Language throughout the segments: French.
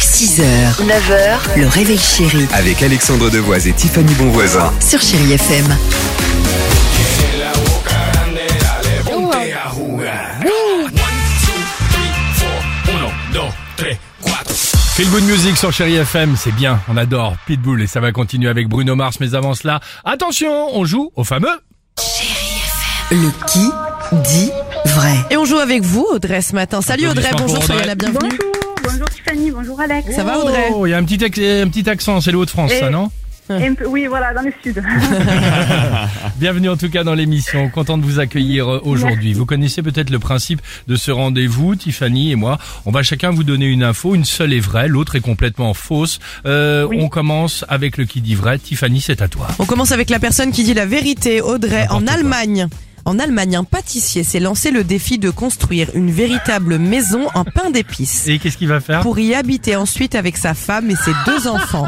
6h, 9h, le réveil chéri Avec Alexandre Devoise et Tiffany Bonvoisin. sur Chéri FM. Feel Good Music sur Chéri FM, c'est bien, on adore Pitbull et ça va continuer avec Bruno Mars, mais avant cela, attention, on joue au fameux Le qui dit vrai. Et on joue avec vous, Audrey, ce matin. Salut Audrey, Applaudissements bonjour, pour soyez Audrey. la bienvenue. Bonjour, bonjour Tiffany, bonjour Alex. Ça va Audrey Oh, il y a un petit, ac- un petit accent, c'est le Haut-de-France Et- ça, non Et un peu- oui, voilà, dans le sud. Bienvenue en tout cas dans l'émission, content de vous accueillir euh, aujourd'hui. Vous connaissez peut-être le principe de ce rendez-vous, Tiffany et moi. On va chacun vous donner une info, une seule est vraie, l'autre est complètement fausse. Euh, Oui. On commence avec le qui dit vrai. Tiffany, c'est à toi. On commence avec la personne qui dit la vérité, Audrey, N'importe en quoi. Allemagne. En Allemagne, un pâtissier s'est lancé le défi de construire une véritable maison en pain d'épices Et qu'est-ce qu'il va faire pour y habiter ensuite avec sa femme et ses deux enfants.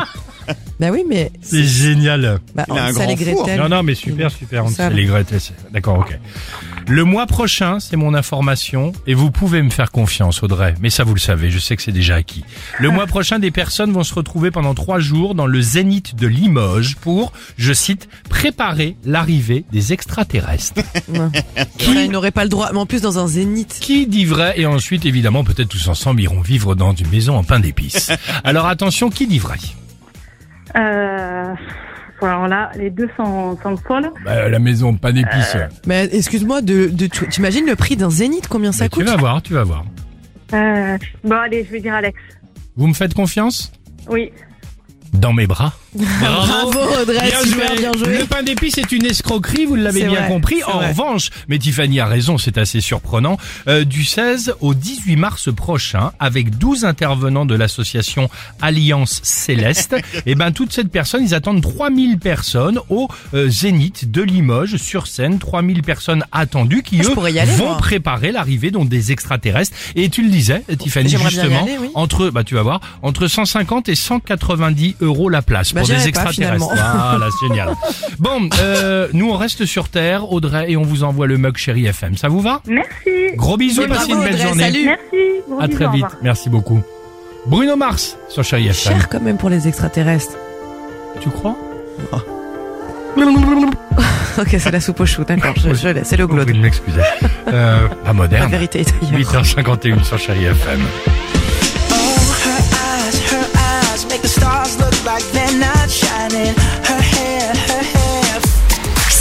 Bah oui, mais C'est génial. bah, Il a un Hansel et grand four. Gretel. Non, non, mais super, super. on Ça sait va. les Gretel, c'est- D'accord, ok. Le mois prochain, c'est mon information, et vous pouvez me faire confiance, Audrey. Mais ça, vous le savez, je sais que c'est déjà acquis. Le mois prochain, des personnes vont se retrouver pendant trois jours dans le zénith de Limoges pour, je cite, préparer l'arrivée des extraterrestres. Enfin, il n'aurait pas le droit, mais en plus dans un zénith. Qui dit vrai Et ensuite, évidemment, peut-être tous ensemble iront vivre dans une maison en pain d'épices. Alors attention, qui dit vrai Euh, alors là, les deux sont, sont folles. Bah, La maison en pain d'épices. Mais excuse-moi, de, de, tu- t'imagines le prix d'un zénith, combien ça bah, tu coûte vas voir, tu vas voir. Euh, bon, allez, je vais dire Alex. Vous me faites confiance Oui. Dans mes bras. Bravo Audrey, super bien joué. Le pain d'épices est une escroquerie, vous l'avez C'est bien vrai, compris. c'est En vrai. revanche, mais Tiffany a raison, c'est assez surprenant. Euh, du 16 au 18 mars prochain, avec 12 intervenants de l'association Alliance Céleste, et ben toutes cette personnes, ils attendent 3000 personnes au euh, Zénith de Limoges sur scène, 3000 personnes attendues qui Ah, je eux pourrais y aller, vont moi. préparer l'arrivée donc des extraterrestres. Et tu le disais, Tiffany, J'aimerais bien y justement, aller, oui. entre bah tu vas voir, entre 150 et 190 euros la place Bah, pour j'irai des pas, extraterrestres. finalement. Voilà, c'est génial. Bon, euh, nous on reste sur Terre, Audrey, et on vous envoie le mug Chéri FM. Ça vous va Merci. Gros bisous, Et passez bravo, une belle Audrey, journée. salut. Merci. Gros À bisous, très au vite. revoir. Merci beaucoup. Bruno Mars sur Chéri FM. Cher quand même pour les extraterrestres. Tu crois Ok, c'est la soupe au chou, d'accord, je, je laisse, c'est le Oh, Vous glaude. de m'excuser. Euh, pas La moderne. vérité est ailleurs. 8h51 sur Chéri FM. Her eyes, her eyes make the stars look like they're not shining. Her hair, her hair